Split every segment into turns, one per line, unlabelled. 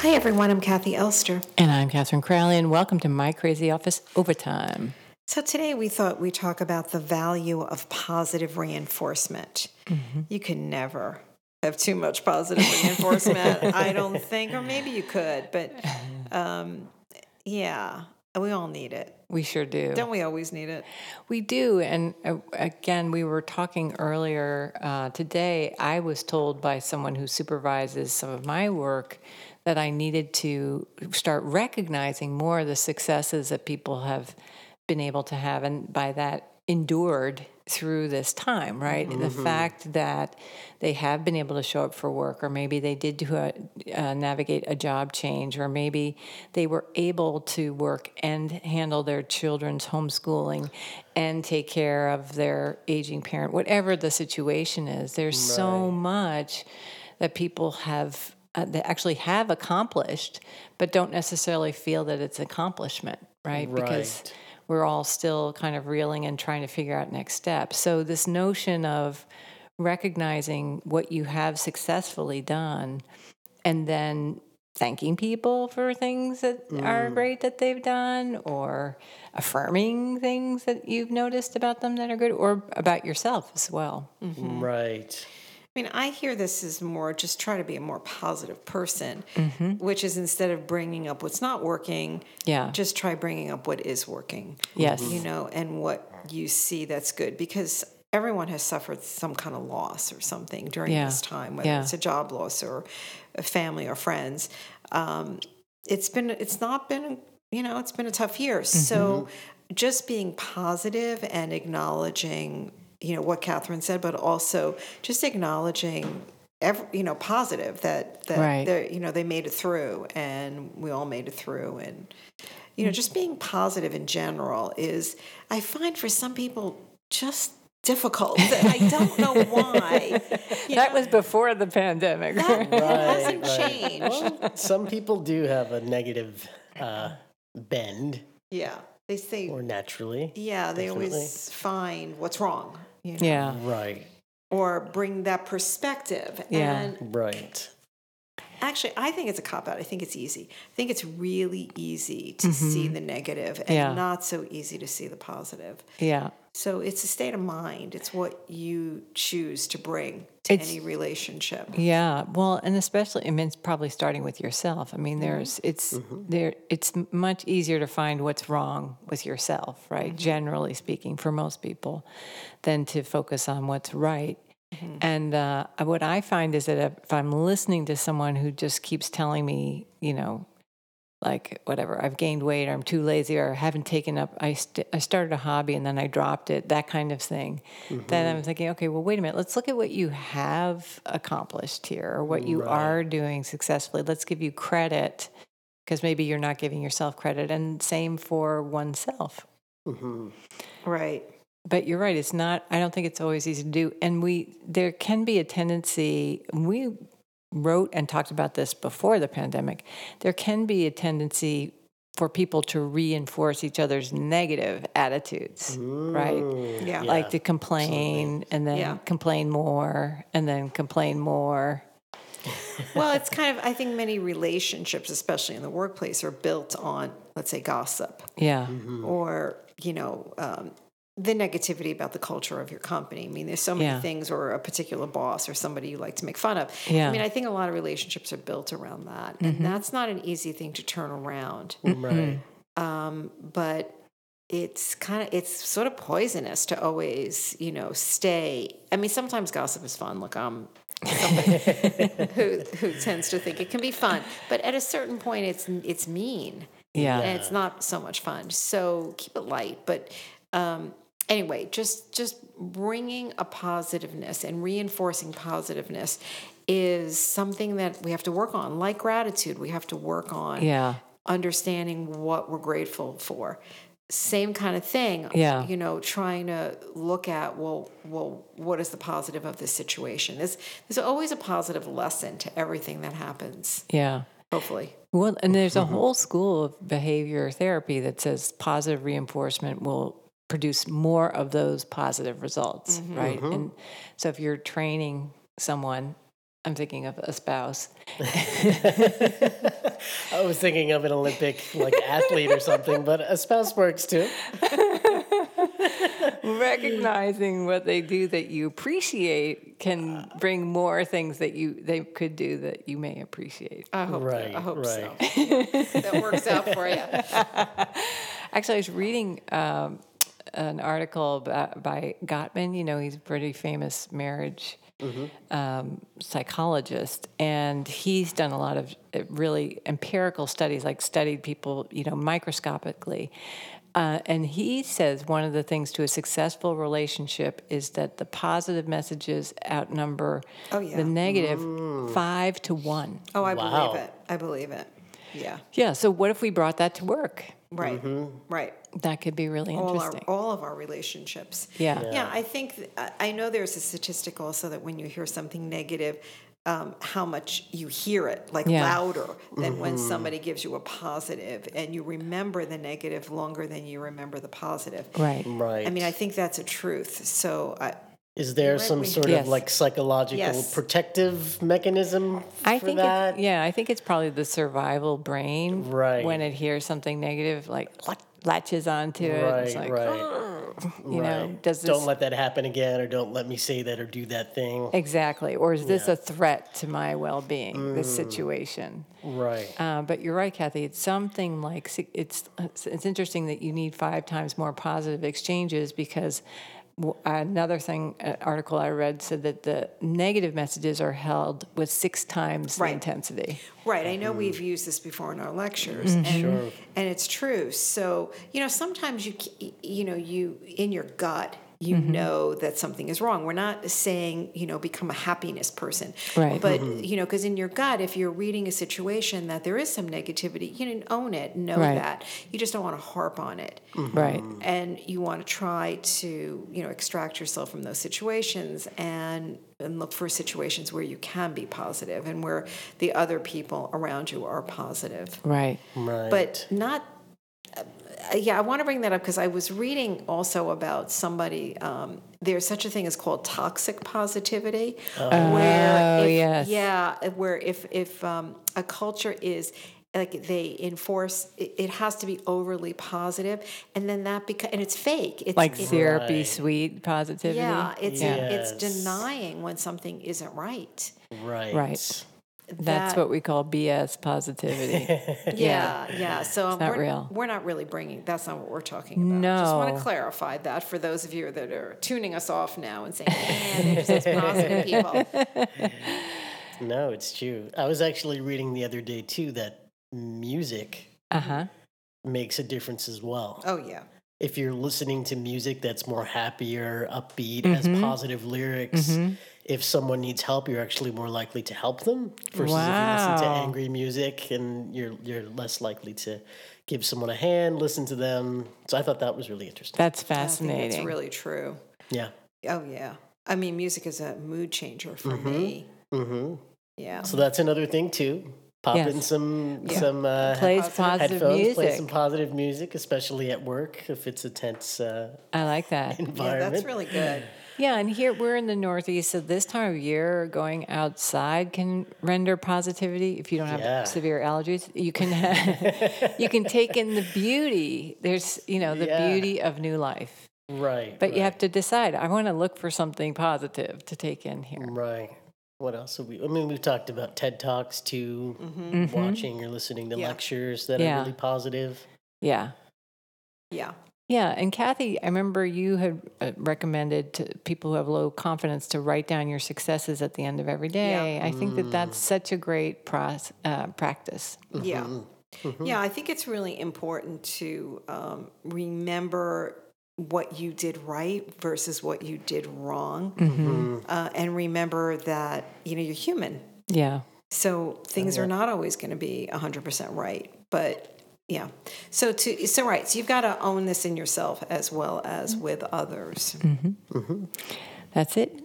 Hi, everyone. I'm Kathy Elster.
And I'm Catherine Crowley, and welcome to My Crazy Office Overtime.
So, today we thought we'd talk about the value of positive reinforcement. You can never have too much positive reinforcement, I don't think, or maybe you could, but um, yeah, we all need it.
We sure do.
Don't we always need it?
We do. And uh, again, we were talking earlier uh, today. I was told by someone who supervises some of my work that I needed to start recognizing more the successes that people have been able to have, and by that, endured through this time, right? The fact that they have been able to show up for work, or maybe they did do a, uh, navigate a job change, or maybe they were able to work and handle their children's homeschooling and take care of their aging parent, whatever the situation is. There's so much that people have. Uh, that actually have accomplished, but don't necessarily feel that it's accomplishment, right? Because
Right.
we're all still kind of reeling and trying to figure out next steps. So this notion of recognizing what you have successfully done and then thanking people for things that are great that they've done or affirming things that you've noticed about them that are good or about yourself as well.
Mm-hmm.
Right.
I mean, I hear this is more just try to be a more positive person, which is instead of bringing up what's not working,
Yeah.
just try bringing up what is working.
Yes.
You know, and what you see that's good because everyone has suffered some kind of loss or something during
Yeah.
this time, whether
Yeah.
it's a job loss or a family or friends. Um, it's been, it's not been, you know, it's been a tough year. So
Mm-hmm.
just being positive and acknowledging, you know, what Catherine said, but also just acknowledging. Every, you know, positive that that
Right.
they're you know they made it through, and we all made it through, and you know, just being positive in general is, I find for some people just difficult. And I don't know why. You
That
know,
was before the pandemic.
that, that hasn't
Right, right.
changed.
Some people do have a negative uh, bend,
Yeah, they say,
or naturally.
yeah, they
definitely.
always find what's wrong, you know,
yeah.
Right,
or bring that perspective.
Yeah.
And
right.
Actually, I think it's a cop out. I think it's easy. I think it's really easy to see the negative and
Mm-hmm. Yeah.
not so easy to see the positive.
Yeah.
So it's a state of mind. It's what you choose to bring to
It's-
any relationship.
Yeah, well, and especially I mean, it's probably starting with yourself. I mean, there's it's there. It's m- much easier to find what's wrong with yourself, right? Generally speaking, for most people, than to focus on what's right. And uh, what I find is that if I'm listening to someone who just keeps telling me, you know, like whatever i've gained weight or i'm too lazy or i haven't taken up i, st- I started a hobby and then i dropped it that kind of thing then i'm thinking okay well wait a minute let's look at what you have accomplished here or what you are doing successfully let's give you credit because maybe you're not giving yourself credit and same for oneself
hmm
Right.
but you're right it's not i don't think it's always easy to do and we there can be a tendency we wrote and talked about this before the pandemic there can be a tendency for people to reinforce each other's negative attitudes right
Yeah.
like to complain and then
Yeah.
complain more and then complain more
well, it's kind of, I think many relationships, especially in the workplace, are built on, let's say, gossip
yeah
Mm-hmm. or, you know, um, the negativity about the culture of your company. I mean, there's so many
Yeah.
things, or a particular boss or somebody you like to make fun of.
Yeah. Mm-hmm.
I mean, I think a lot of relationships are built around that. And that's not an easy thing to turn around.
Mm-hmm. Right.
um, but it's kind of it's sort of poisonous to always you know stay i mean sometimes gossip is fun look i'm somebody who who tends to think it can be fun but at a certain point it's it's mean
yeah
and it's not so much fun so keep it light but um anyway just just bringing a positiveness and reinforcing positiveness is something that we have to work on like gratitude we have to work on
yeah
understanding what we're grateful for. Same kind of thing.
Yeah.
You know, trying to look at well, well, what is the positive of this situation? There's there's always a positive lesson to everything that happens.
Yeah.
Hopefully.
Well, and there's a whole school of behavior therapy that says positive reinforcement will produce more of those positive results, right? And so if you're training someone, I'm thinking of a spouse.
I was thinking of an Olympic like athlete or something, but a spouse works too.
Recognizing what they do that you appreciate can bring more things that you they could do that you may appreciate.
I hope
Right,
I hope
right.
so. that works out for you.
Actually, I was reading um, an article by, by Gottman. You know, he's a pretty famous marriage
Mm-hmm.
um, psychologist, and he's done a lot of uh, really empirical studies, like studied people, you know, microscopically. Uh, and he says one of the things to a successful relationship is that the positive messages outnumber
Oh, yeah. Mm.
the negative five to one.
Oh, I
Wow.
believe it. I believe it. Yeah.
Yeah. So what if we brought that to work?
Right. Right.
That could be really
All our
interesting.
all of our relationships.
Yeah.
Yeah, I think th- I- I know there's a statistic also that when you hear something negative, um, how much you hear it, like
Yeah.
louder than when somebody gives you a positive, and you remember the negative longer than you remember the positive.
Right.
Right.
I mean, I think that's a truth. So, I,
Is there some
we-
sort
Yes.
of like psychological
Yes.
protective mechanism for
I think
that?
It's, yeah, I think it's probably the survival brain
Right.
when it hears something negative, like latches onto it.
Right,
it's like,
right,
you know,
right.
does this
Don't let that happen again, or don't let me say that or do that thing.
exactly, or is this a threat to my well-being? This
Mm.
situation.
Right.
Uh, but you're right, Kathy. It's something like si- it's it's it's interesting that you need five times more positive exchanges because w- another thing an article I read said that the negative messages are held with six times
Right.
the intensity.
Right. I know
Mm-hmm.
we've used this before in our lectures, and, and it's true. So you know, sometimes you c- you know you in your gut you
Mm-hmm.
know that something is wrong. We're not saying you know become a happiness person,
Right. Mm-hmm.
But you know, because in your gut, if you're reading a situation that there is some negativity, you know, own it, know
Right. Mm-hmm.
that. You just don't want to harp on it
Right.
and you want to try to you know extract yourself from those situations and and look for situations where you can be positive and where the other people around you are positive
Right.
right.
but not uh, yeah i want to bring that up because i was reading also about somebody um, there's such a thing as called toxic positivity where
Oh,
if,
yes.
yeah where if if um, a culture is like they enforce it, it has to be overly positive and then that beca- and it's fake it's
like
it-
therapy
Right.
sweet positivity.
yeah it's it's
Yes.
denying when something isn't right
right.
Right. that's
That-
what we call BS positivity.
Yeah, yeah. So
not
we're,
real.
we're not really bringing. That's not what we're talking about. Just want
No.
to clarify that for those of you that are tuning us off now and saying, "Man, they're just these positive people."
No, it's true. I was actually reading the other day too that music
uh huh.
makes a difference as well.
Oh yeah,
If you're listening to music that's more happier, upbeat, has
Mm-hmm.
positive lyrics, if someone needs help, you're actually more likely to help them versus if you listen to
Wow.
angry music and you're you're less likely to give someone a hand, listen to them. So I thought that was really interesting.
That's
I think
fascinating.
it's really true.
Yeah.
Oh yeah. I mean, music is a mood changer for me.
hmm
Yeah.
So that's another thing too. Pop in
Yes.
some some uh,
Plays positive,
headphones, play
music.
some positive music, especially at work if it's a tense uh,
I like that.
yeah,
environment.
that's really good.
Yeah, and here we're in the Northeast, so this time of year, going outside can render positivity. If you don't have
Yeah.
severe allergies, you can you can take in the beauty. There's you know the
Yeah.
beauty of new life,
right.
but you have to decide. I want to look for something positive to take in here.
Right. What else have we? I mean, we've talked about TED Talks too, watching or listening to
Yeah.
lectures that
Yeah.
are really positive.
Yeah.
Yeah.
Yeah, and Kathy, I remember you had uh, recommended to people who have low confidence to write down your successes at the end of every day. I think that that's such a great pros- uh, practice.
Yeah. Yeah, I think it's really important to um, remember what you did right versus what you did wrong. Uh, and remember that, you know, you're human.
Yeah,
So things are not always going to be 100% right. But Yeah. So to so right. So you've got to own this in yourself as well as with others.
That's it.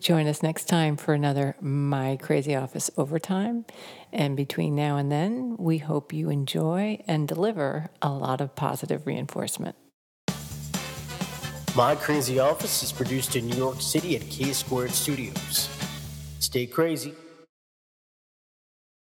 Join us next time for another My Crazy Office Overtime. And between now and then, we hope you enjoy and deliver a lot of positive reinforcement.
My Crazy Office is produced in New York City at K Squared Studios. Stay crazy.